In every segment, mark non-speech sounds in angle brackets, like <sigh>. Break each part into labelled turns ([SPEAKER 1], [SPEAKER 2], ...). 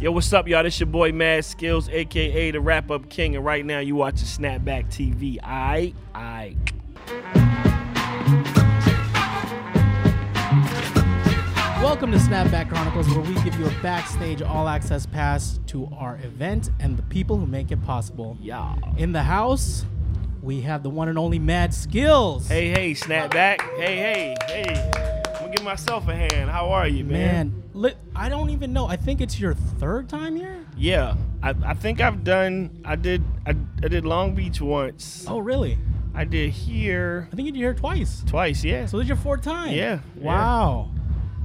[SPEAKER 1] Yo, what's up, y'all? This your boy Mad Skills, aka the Wrap Up King, and right now you watching Snapback TV. I, I.
[SPEAKER 2] Welcome to Snapback Chronicles, where we give you a backstage all access pass to our event and the people who make it possible.
[SPEAKER 1] Yeah.
[SPEAKER 2] In the house, we have the one and only Mad Skills.
[SPEAKER 1] Hey, hey, Snapback. Hey, hey, hey. I'm gonna give myself a hand. How are you, man?
[SPEAKER 2] man, li- I don't even know. I think it's your third time here.
[SPEAKER 1] Yeah. I, I think I've done. I did. I, I did Long Beach once.
[SPEAKER 2] Oh, really?
[SPEAKER 1] I did here
[SPEAKER 2] I think you're here twice.
[SPEAKER 1] twice. Yeah.
[SPEAKER 2] So this is your fourth time.
[SPEAKER 1] Yeah, yeah.
[SPEAKER 2] Wow.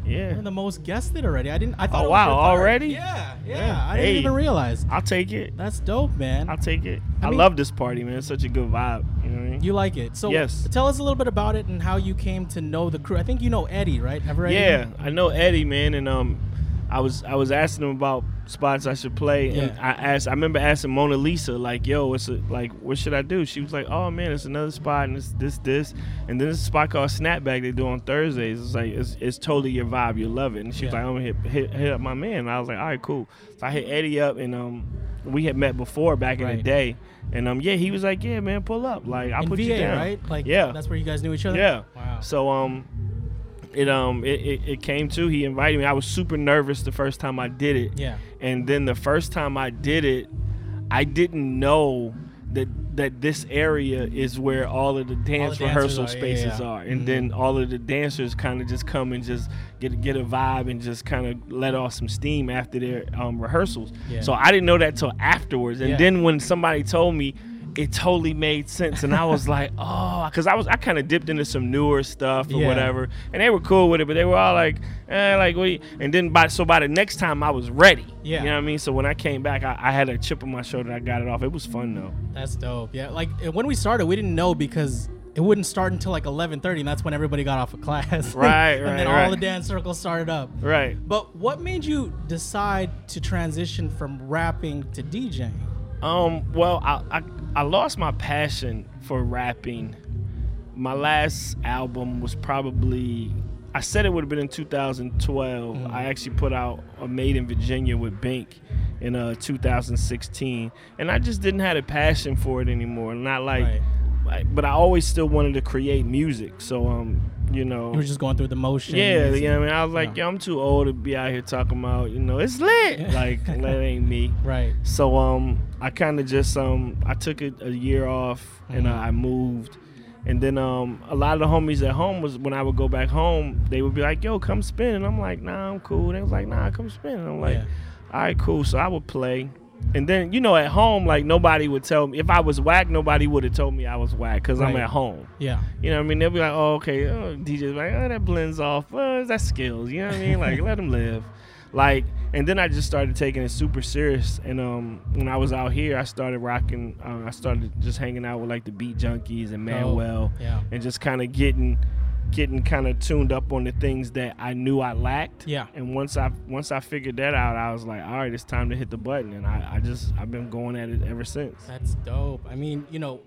[SPEAKER 1] Yeah.
[SPEAKER 2] You're the most guested already. I didn't. I thought.
[SPEAKER 1] Oh,
[SPEAKER 2] it was
[SPEAKER 1] wow,
[SPEAKER 2] your third.
[SPEAKER 1] already?
[SPEAKER 2] Yeah. Yeah.
[SPEAKER 1] Yeah.
[SPEAKER 2] I didn't
[SPEAKER 1] Hey.
[SPEAKER 2] even realize.
[SPEAKER 1] I'll take it.
[SPEAKER 2] That's dope, man.
[SPEAKER 1] I'll take it. I,
[SPEAKER 2] I mean-
[SPEAKER 1] love this party, man. It's such a good vibe. You know what I mean?
[SPEAKER 2] You like it. So
[SPEAKER 1] Yes.
[SPEAKER 2] tell us a little bit about it and how you came to know the crew. I think you know Eddie, right? Ever Eddie?
[SPEAKER 1] Yeah, I know Eddie, man, and um, I was I was asking him about spots I should play, and
[SPEAKER 2] Yeah.
[SPEAKER 1] I asked I remember asking Mona Lisa like, "Yo, what's it like? What should I do?" She was like, "Oh man, it's another spot, and it's this this, and then this spot called Snapback they do on Thursdays. It's like it's, it's totally your vibe, you love it." And she was
[SPEAKER 2] Yeah.
[SPEAKER 1] like, "I'm gonna hit, hit hit up my man." And I was like, "All right, cool." So I hit Eddie up, and um, we had met before back in the
[SPEAKER 2] Right.
[SPEAKER 1] day, and um, yeah, he was like, "Yeah, man, pull up, like I'll
[SPEAKER 2] In
[SPEAKER 1] put
[SPEAKER 2] VA,
[SPEAKER 1] you down."
[SPEAKER 2] right? Like,
[SPEAKER 1] yeah,
[SPEAKER 2] That's where you guys knew each other.
[SPEAKER 1] yeah.
[SPEAKER 2] Wow.
[SPEAKER 1] So um, it um it, it, it came to he invited me. I was super nervous the first time I did it.
[SPEAKER 2] Yeah.
[SPEAKER 1] And then the first time I did it, I didn't know that that this area is where all of the dance
[SPEAKER 2] dancers
[SPEAKER 1] rehearsal
[SPEAKER 2] are, yeah,
[SPEAKER 1] spaces
[SPEAKER 2] yeah. Mm-hmm.
[SPEAKER 1] are, and then all of the dancers kind of just come and just get get a vibe and just kind of let off some steam after their um, rehearsals.
[SPEAKER 2] Yeah.
[SPEAKER 1] So I didn't know that till afterwards, and
[SPEAKER 2] Yeah.
[SPEAKER 1] then when somebody told me. It totally made sense, and I was <laughs> like, "Oh," because I was I kind of dipped into some newer stuff or
[SPEAKER 2] Yeah.
[SPEAKER 1] whatever, and they were cool with it, but they were all like, "Eh, like we." And then by so by the next time, I was ready.
[SPEAKER 2] Yeah.
[SPEAKER 1] you know what I mean. So when I came back, I, I had a chip on my shoulder. I got it off. It was fun though.
[SPEAKER 2] That's dope. Yeah. Like uh, when we started, we didn't know because it wouldn't start until like 11:30, and that's when everybody got off of class.
[SPEAKER 1] Right,
[SPEAKER 2] <laughs> and
[SPEAKER 1] right,
[SPEAKER 2] then
[SPEAKER 1] right.
[SPEAKER 2] all the dance circles started up.
[SPEAKER 1] Right.
[SPEAKER 2] But what made you decide to transition from rapping to DJing?
[SPEAKER 1] Um. Well, I, I I lost my passion for rapping. My last album was probably I said it would have been in 2012.
[SPEAKER 2] Mm.
[SPEAKER 1] I actually put out a Made in Virginia with Bink in uh 2016, and I just didn't have a passion for it anymore. Not like,
[SPEAKER 2] Right.
[SPEAKER 1] like- but I always still wanted to create music. So um, you know,
[SPEAKER 2] You were just going through the motions.
[SPEAKER 1] yeah,
[SPEAKER 2] and-
[SPEAKER 1] you know what I mean? I was like,
[SPEAKER 2] Yeah.
[SPEAKER 1] yo, I'm too old to be out here talking about, you know, it's lit.
[SPEAKER 2] <laughs> Yeah.
[SPEAKER 1] Like, that ain't me.
[SPEAKER 2] Right.
[SPEAKER 1] So um, I kind of just um, I took a, a year off and
[SPEAKER 2] Mm-hmm.
[SPEAKER 1] uh, I moved, and then um, a lot of the homies at home was when I would go back home, they would be like, "Yo, come spin," and I'm like, "Nah, I'm cool." They was like, "Nah, come spin," and I'm like,
[SPEAKER 2] Yeah.
[SPEAKER 1] "All right, cool." So I would play. And then you know, at home, like nobody would tell me if I was whack. Nobody would have told me I was whack because I'm
[SPEAKER 2] Right.
[SPEAKER 1] at home.
[SPEAKER 2] Yeah.
[SPEAKER 1] You know what I mean? They'll be like, oh, okay, oh, DJ's like, oh, that blends off. Oh, that's skills. You know what I mean? Like, let them live. Like, and then I just started taking it super serious. And um, when I was out here, I started rocking. Uh, I started just hanging out with like the Beat Junkies and Manuel,
[SPEAKER 2] Oh, yeah.
[SPEAKER 1] and just kind of getting, getting kind of tuned up on the things that I knew I lacked.
[SPEAKER 2] Yeah.
[SPEAKER 1] And once I once I figured that out, I was like, all right, it's time to hit the button. And I, I just I've been going at it ever since.
[SPEAKER 2] That's dope. I mean, you know,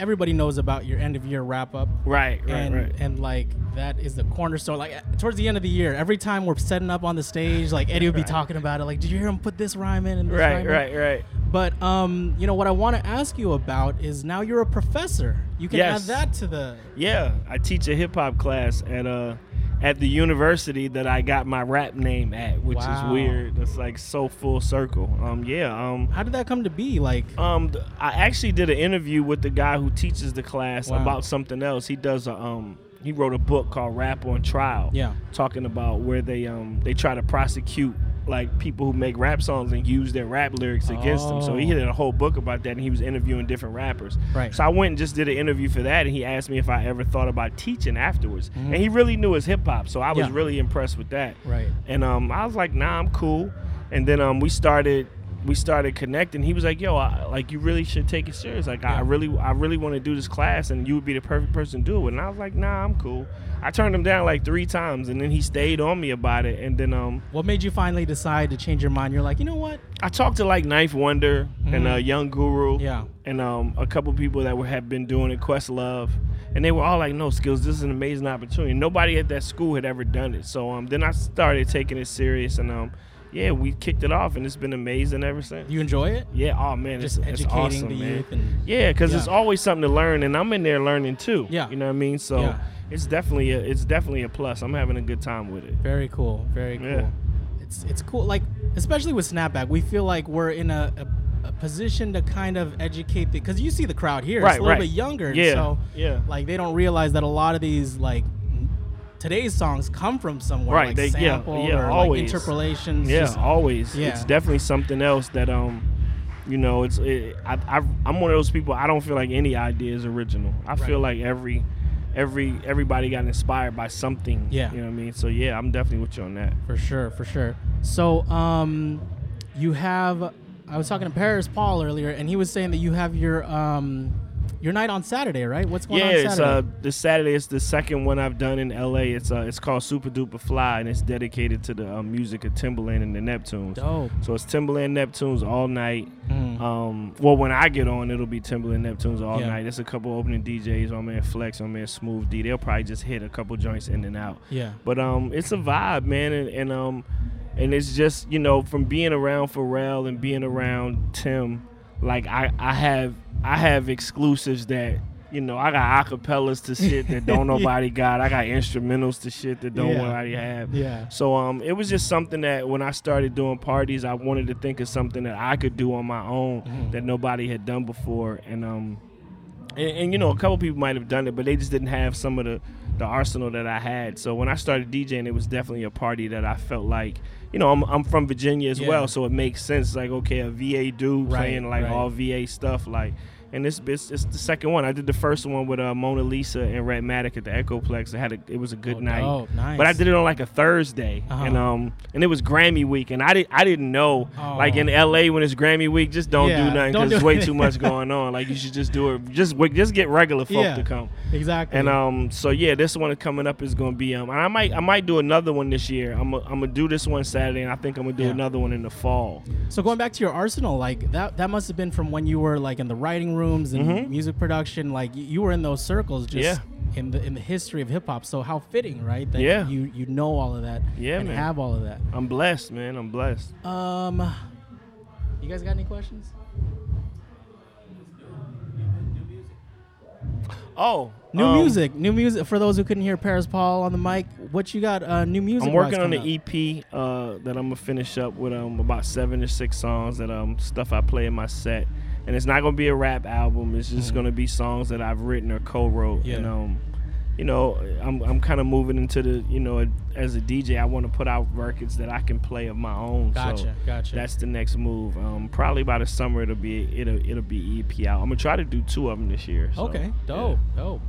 [SPEAKER 2] everybody knows about your end of year wrap up.
[SPEAKER 1] Right, right,
[SPEAKER 2] and
[SPEAKER 1] right.
[SPEAKER 2] and like that is the cornerstone. Like uh, towards the end of the year, every time we're setting up on the stage, like Eddie
[SPEAKER 1] <laughs>
[SPEAKER 2] would be talking about it. Like, did you hear him put this rhyme in? And this
[SPEAKER 1] Right,
[SPEAKER 2] rhyme in?"
[SPEAKER 1] right, right.
[SPEAKER 2] But um, you know what I want to ask you about is now you're a professor. You can
[SPEAKER 1] Yes.
[SPEAKER 2] add that to the
[SPEAKER 1] Yeah, I teach a hip hop class at uh at the university that I got my rap name at, which is
[SPEAKER 2] Wow.
[SPEAKER 1] weird. It's like so full circle. Um yeah, um
[SPEAKER 2] how did that come to be? Like
[SPEAKER 1] um th- I actually did an interview with the guy who teaches the class
[SPEAKER 2] Wow.
[SPEAKER 1] about something else. He does a um he wrote a book called Rap on Trial.
[SPEAKER 2] Yeah.
[SPEAKER 1] Talking about where they um they try to prosecute like people who make rap songs and use their rap lyrics against them. So he
[SPEAKER 2] Oh.
[SPEAKER 1] did a whole book about that and he was interviewing different rappers.
[SPEAKER 2] Right.
[SPEAKER 1] So I went and just did an interview for that, and he asked me if I ever thought about teaching afterwards. And he really knew his hip hop, so I was
[SPEAKER 2] Mm. Yeah.
[SPEAKER 1] really impressed with that.
[SPEAKER 2] Right.
[SPEAKER 1] And um, I was like, nah, I'm cool. And then um, we started we started connecting. He was like, yo, I, like you really should take it serious. Like I
[SPEAKER 2] Yeah.
[SPEAKER 1] really I really want to do this class, and you would be the perfect person to do it. with." And I was like, nah, I'm cool. I turned him down like three times, and then he stayed on me about it. And then um,
[SPEAKER 2] what made you finally decide to change your mind? You're like, you know what?
[SPEAKER 1] I talked to like Knife Wonder and uh, Young Guru,
[SPEAKER 2] Mm-hmm. Yeah.
[SPEAKER 1] and um, a couple people that were have been doing it, Questlove, and they were all like, "No, skills, this is an amazing opportunity." Nobody at that school had ever done it, so um, then I started taking it serious, and um, yeah, we kicked it off and it's been amazing ever since.
[SPEAKER 2] You enjoy it?
[SPEAKER 1] Yeah. Oh man,
[SPEAKER 2] Just
[SPEAKER 1] it's,
[SPEAKER 2] educating
[SPEAKER 1] it's awesome,
[SPEAKER 2] the
[SPEAKER 1] man.
[SPEAKER 2] youth and
[SPEAKER 1] Yeah, because
[SPEAKER 2] Yeah.
[SPEAKER 1] it's always something to learn, and I'm in there learning too.
[SPEAKER 2] Yeah.
[SPEAKER 1] you know what I mean. So
[SPEAKER 2] Yeah.
[SPEAKER 1] it's definitely a, it's definitely a plus. I'm having a good time with it.
[SPEAKER 2] very cool. Very cool.
[SPEAKER 1] Yeah.
[SPEAKER 2] It's it's cool. Like especially with Snapback, we feel like we're in a, a, a position to kind of educate the because you see the crowd here. it's
[SPEAKER 1] Right,
[SPEAKER 2] a little
[SPEAKER 1] right.
[SPEAKER 2] bit younger. and
[SPEAKER 1] Yeah,
[SPEAKER 2] So
[SPEAKER 1] yeah.
[SPEAKER 2] like they don't realize that a lot of these like today's songs come from somewhere.
[SPEAKER 1] Right,
[SPEAKER 2] Like
[SPEAKER 1] they- yeah,
[SPEAKER 2] sampled
[SPEAKER 1] yeah,
[SPEAKER 2] or
[SPEAKER 1] always.
[SPEAKER 2] like interpolations.
[SPEAKER 1] Yeah,
[SPEAKER 2] just-
[SPEAKER 1] always.
[SPEAKER 2] yeah.
[SPEAKER 1] It's definitely something else that um, you know, it's it, I, I I'm one of those people. I don't feel like any idea is original. I feel like every every everybody got inspired by something.
[SPEAKER 2] Yeah.
[SPEAKER 1] you know what I mean. So yeah, I'm definitely with you on that.
[SPEAKER 2] For sure, for sure. So, um, you have. I was talking to Paris Paul earlier, and he was saying that you have your um, your night on Saturday, right? What's going
[SPEAKER 1] yeah,
[SPEAKER 2] on
[SPEAKER 1] it's uh
[SPEAKER 2] Saturday?
[SPEAKER 1] this Saturday. It's the second one I've done in LA. It's uh it's called Super Duper Fly, and it's dedicated to the uh, music of Timbaland and the Neptunes.
[SPEAKER 2] Dope. Mm-hmm. Mm.
[SPEAKER 1] So it's Timberland Neptunes all night. Um, well, when I get on, it'll be Timberland Neptunes all
[SPEAKER 2] Yeah.
[SPEAKER 1] night. It's a couple opening DJs. My man Flex, my man Smooth D. They'll probably just hit a couple joints in and out.
[SPEAKER 2] Yeah.
[SPEAKER 1] But um, it's a vibe, man, and, and um, and it's just you know from being around Pharrell and being around Tim, like I I have I have exclusives that. You know, I got acapellas to shit that
[SPEAKER 2] <laughs>
[SPEAKER 1] don't nobody got. I got instrumentals to shit that don't
[SPEAKER 2] Yeah.
[SPEAKER 1] nobody have.
[SPEAKER 2] Yeah.
[SPEAKER 1] So um, it was just something that when I started doing parties, I wanted to think of something that I could do on my own
[SPEAKER 2] Mm-hmm.
[SPEAKER 1] that nobody had done before, and um, and, and you know, a couple people might have done it, but they just didn't have some of the the arsenal that I had. So when I started DJing, it was definitely a party that I felt like, you know, I'm I'm from Virginia as
[SPEAKER 2] Yeah.
[SPEAKER 1] well, so it makes sense. Like okay, a VA dude
[SPEAKER 2] Right,
[SPEAKER 1] playing like
[SPEAKER 2] right.
[SPEAKER 1] all VA stuff, like. And this it's, it's the second one. I did the first one with uh, Mona Lisa and Redmatic at the Echoplex. I had a, it was a good
[SPEAKER 2] Oh,
[SPEAKER 1] night.
[SPEAKER 2] dope. Nice.
[SPEAKER 1] But I did it on like a Thursday,
[SPEAKER 2] Uh-huh.
[SPEAKER 1] and um, and it was Grammy week, and I didn't I didn't know
[SPEAKER 2] Oh.
[SPEAKER 1] like in LA when it's Grammy week, just don't
[SPEAKER 2] Yeah,
[SPEAKER 1] do nothing
[SPEAKER 2] don't
[SPEAKER 1] because there's
[SPEAKER 2] do
[SPEAKER 1] way
[SPEAKER 2] anything.
[SPEAKER 1] too much going on. Like you should just do it, just wi- just get regular folk
[SPEAKER 2] Yeah.
[SPEAKER 1] to come.
[SPEAKER 2] exactly.
[SPEAKER 1] And um, so yeah, this one coming up is gonna be um, and I might I might do another one this year. I'm i I'm gonna do this one Saturday, and I think I'm gonna do
[SPEAKER 2] Yeah.
[SPEAKER 1] another one in the fall.
[SPEAKER 2] so going back to your arsenal, like that that must have been from when you were like in the writing rooms and music production. Like y- you were in those circles, just
[SPEAKER 1] Mm-hmm. Yeah.
[SPEAKER 2] in the in the history of hip hop. So how fitting, right? That
[SPEAKER 1] Yeah.
[SPEAKER 2] You you know all of that.
[SPEAKER 1] Yeah,
[SPEAKER 2] And
[SPEAKER 1] man.
[SPEAKER 2] have all of that.
[SPEAKER 1] I'm blessed, man. I'm blessed.
[SPEAKER 2] Um, you guys got any questions?
[SPEAKER 1] Oh,
[SPEAKER 2] New
[SPEAKER 1] um,
[SPEAKER 2] music, new music. For those who couldn't hear Paris Paul on the mic, what you got? Uh, new music.
[SPEAKER 1] I'm working on
[SPEAKER 2] the
[SPEAKER 1] an EP uh, that I'm gonna finish up with um about seven or six songs that um stuff I play in my set, and it's not gonna be a rap album. It's just gonna be songs that I've written or co-wrote.
[SPEAKER 2] Mm-hmm. Yeah.
[SPEAKER 1] And um, you know, I'm I'm kind of moving into the you know as a DJ, I want to put out records that I can play of my own. so
[SPEAKER 2] Gotcha, gotcha.
[SPEAKER 1] That's the next move. Um, probably by the summer it'll be it'll it'll be EP out. I'm gonna try to do two of them this year. so,
[SPEAKER 2] Okay,
[SPEAKER 1] yeah.
[SPEAKER 2] dope, dope.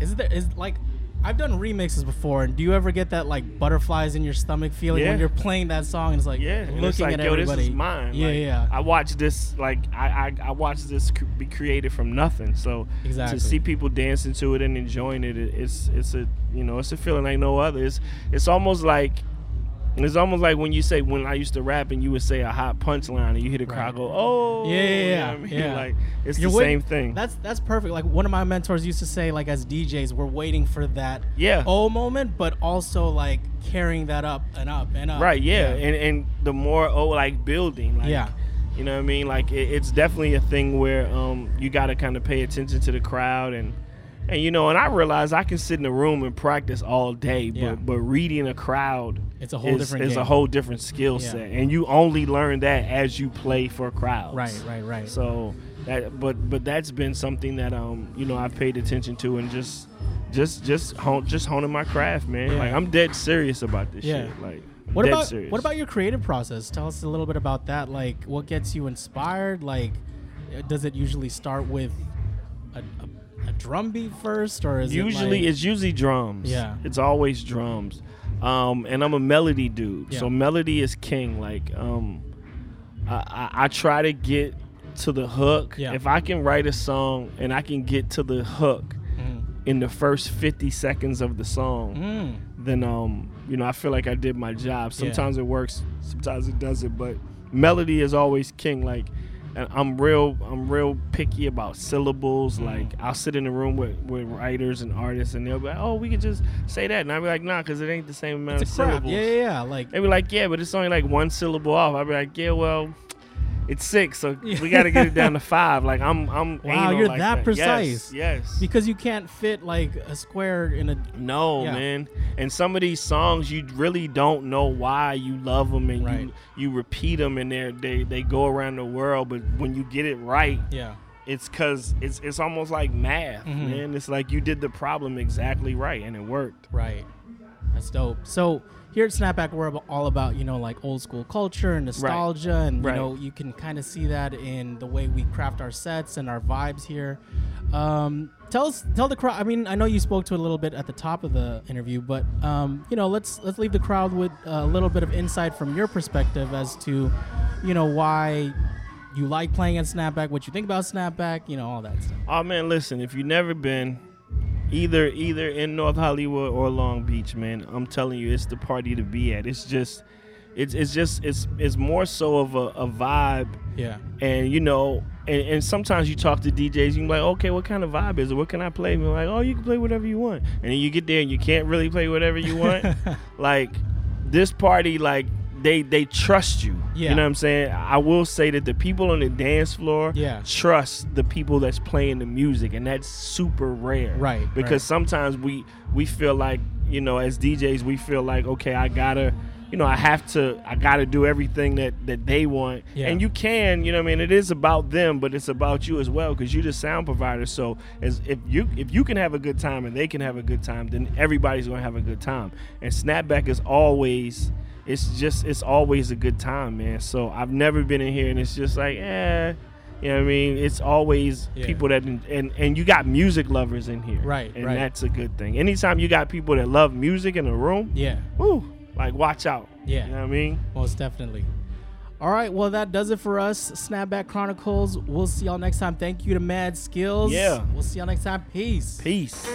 [SPEAKER 2] Is there is like, I've done remixes before, and do you ever get that like butterflies in your stomach feeling
[SPEAKER 1] Yeah.
[SPEAKER 2] when you're playing that song? And it's like,
[SPEAKER 1] Yeah, and
[SPEAKER 2] looking
[SPEAKER 1] it's like,
[SPEAKER 2] at
[SPEAKER 1] yo,
[SPEAKER 2] everybody.
[SPEAKER 1] this is mine.
[SPEAKER 2] Yeah,
[SPEAKER 1] Like,
[SPEAKER 2] yeah.
[SPEAKER 1] I watched this, like, I, I, I watched this cr- be created from nothing. So
[SPEAKER 2] Exactly.
[SPEAKER 1] to see people dancing to it and enjoying it, it, it's, it's a, you know, it's a feeling like no other. It's, it's almost like, it's almost like when you say when I used to rap and you would say a hot punchline and you hear the crowd
[SPEAKER 2] Right.
[SPEAKER 1] go, oh,
[SPEAKER 2] Yeah, yeah,
[SPEAKER 1] you know
[SPEAKER 2] yeah,
[SPEAKER 1] what I mean?
[SPEAKER 2] yeah.
[SPEAKER 1] <laughs> Like it's
[SPEAKER 2] You're
[SPEAKER 1] the
[SPEAKER 2] wait-
[SPEAKER 1] same thing.
[SPEAKER 2] That's that's perfect. Like one of my mentors used to say, like as DJs, we're waiting for that
[SPEAKER 1] Yeah.
[SPEAKER 2] oh moment, but also like carrying that up and up and up.
[SPEAKER 1] Right, yeah. And and the more oh like building, like
[SPEAKER 2] Yeah.
[SPEAKER 1] you know what I mean? Like it, it's definitely a thing where um you gotta kinda pay attention to the crowd and and you know, and I realize I can sit in a room and practice all day, but
[SPEAKER 2] Yeah.
[SPEAKER 1] but reading a crowd
[SPEAKER 2] It's a whole
[SPEAKER 1] is,
[SPEAKER 2] different
[SPEAKER 1] is a
[SPEAKER 2] game.
[SPEAKER 1] whole different skill
[SPEAKER 2] Yeah.
[SPEAKER 1] set. And you only learn that as you play for crowds.
[SPEAKER 2] Right, right, right.
[SPEAKER 1] So that but but that's been something that um, you know, I've paid attention to and just just just hone, just honing my craft, man.
[SPEAKER 2] Yeah.
[SPEAKER 1] Like I'm dead serious about this
[SPEAKER 2] Yeah.
[SPEAKER 1] shit. Like
[SPEAKER 2] What
[SPEAKER 1] dead
[SPEAKER 2] about
[SPEAKER 1] serious.
[SPEAKER 2] what about your creative process? Tell us a little bit about that. Like, what gets you inspired? Like, uh, does it usually start with a, a, a drum beat first, or is
[SPEAKER 1] usually
[SPEAKER 2] it like,
[SPEAKER 1] it's usually drums
[SPEAKER 2] Yeah.
[SPEAKER 1] it's always drums um and i'm a melody dude
[SPEAKER 2] Yeah.
[SPEAKER 1] so melody is king like um I, I i try to get to the hook
[SPEAKER 2] Yeah.
[SPEAKER 1] if i can write a song and i can get to the hook
[SPEAKER 2] Mm-hmm.
[SPEAKER 1] in the first 50 seconds of the song
[SPEAKER 2] Mm,
[SPEAKER 1] then um you know i feel like i did my job
[SPEAKER 2] Yeah.
[SPEAKER 1] sometimes it works sometimes it doesn't but melody is always king like and I'm real I'm real picky about syllables.
[SPEAKER 2] Mm.
[SPEAKER 1] Like I'll sit in a room with, with writers and artists, and they'll be like, "Oh, we could just say that," and I'll be like, "Nah, because it ain't the same amount
[SPEAKER 2] It's
[SPEAKER 1] of
[SPEAKER 2] a crap.
[SPEAKER 1] syllables."
[SPEAKER 2] Yeah, yeah, yeah. Like
[SPEAKER 1] They be like, "Yeah, but it's only like one syllable off." I'll be like, "Yeah, well." It's six,
[SPEAKER 2] <laughs>
[SPEAKER 1] so we got to get it down to five. Like I'm, I'm.
[SPEAKER 2] Wow,
[SPEAKER 1] anal
[SPEAKER 2] you're
[SPEAKER 1] like
[SPEAKER 2] that
[SPEAKER 1] Yes,
[SPEAKER 2] precise.
[SPEAKER 1] yes.
[SPEAKER 2] because you can't fit like a square in a
[SPEAKER 1] No,
[SPEAKER 2] Yeah.
[SPEAKER 1] man. And some of these songs, you really don't know why you love them, and
[SPEAKER 2] Right.
[SPEAKER 1] you you repeat them, and they they they go around the world. But when you get it right,
[SPEAKER 2] yeah.
[SPEAKER 1] it's cause it's it's almost like math,
[SPEAKER 2] Mhm.
[SPEAKER 1] man. It's like you did the problem exactly right, and it worked.
[SPEAKER 2] Right. That's dope. So here at Snapback, we're ab- all about you know like old school culture and nostalgia, and you
[SPEAKER 1] Right.
[SPEAKER 2] know you can kind of see that in the way we craft our sets and our vibes here. Um, tell us, tell the crowd. I mean, I know you spoke to it a little bit at the top of the interview, but um, you know, let's let's leave the crowd with a little bit of insight from your perspective as to, you know, why you like playing at Snapback, what you think about Snapback, you know, all that stuff.
[SPEAKER 1] Oh man, listen, if you've never been either either in North Hollywood or Long Beach, man, I'm telling you, it's the party to be at. It's just it's it's just it's it's more so of a, a vibe
[SPEAKER 2] Yeah.
[SPEAKER 1] and you know and, and sometimes you talk to DJs you like okay what kind of vibe is it what can I play and they're like oh you can play whatever you want and then you get there and you can't really play whatever you
[SPEAKER 2] <laughs>
[SPEAKER 1] want like this party like they they trust you
[SPEAKER 2] Yeah.
[SPEAKER 1] you know what I'm saying I will say that the people on the dance floor
[SPEAKER 2] Yeah.
[SPEAKER 1] trust the people that's playing the music and that's super rare
[SPEAKER 2] Right,
[SPEAKER 1] because
[SPEAKER 2] right.
[SPEAKER 1] sometimes we we feel like you know as DJs we feel like okay I gotta you know I have to I gotta do everything that that they want
[SPEAKER 2] Yeah.
[SPEAKER 1] and you can you know what i mean it is about them but it's about you as well because you're the sound provider so as if you if you can have a good time and they can have a good time then everybody's gonna have a good time and snapback is always it's just it's always a good time man so i've never been in here and it's just like eh you know what i mean it's always
[SPEAKER 2] Yeah.
[SPEAKER 1] people that and and you got music lovers in here
[SPEAKER 2] Right,
[SPEAKER 1] and
[SPEAKER 2] right.
[SPEAKER 1] that's a good thing anytime you got people that love music in a room
[SPEAKER 2] Yeah.
[SPEAKER 1] woo, like watch out
[SPEAKER 2] Yeah.
[SPEAKER 1] you know what i mean
[SPEAKER 2] Most definitely. All right, well that does it for us. Snapback Chronicles. We'll see y'all next time. Thank you to Mad Skills.
[SPEAKER 1] Yeah.
[SPEAKER 2] We'll see y'all next time. Peace.
[SPEAKER 1] peace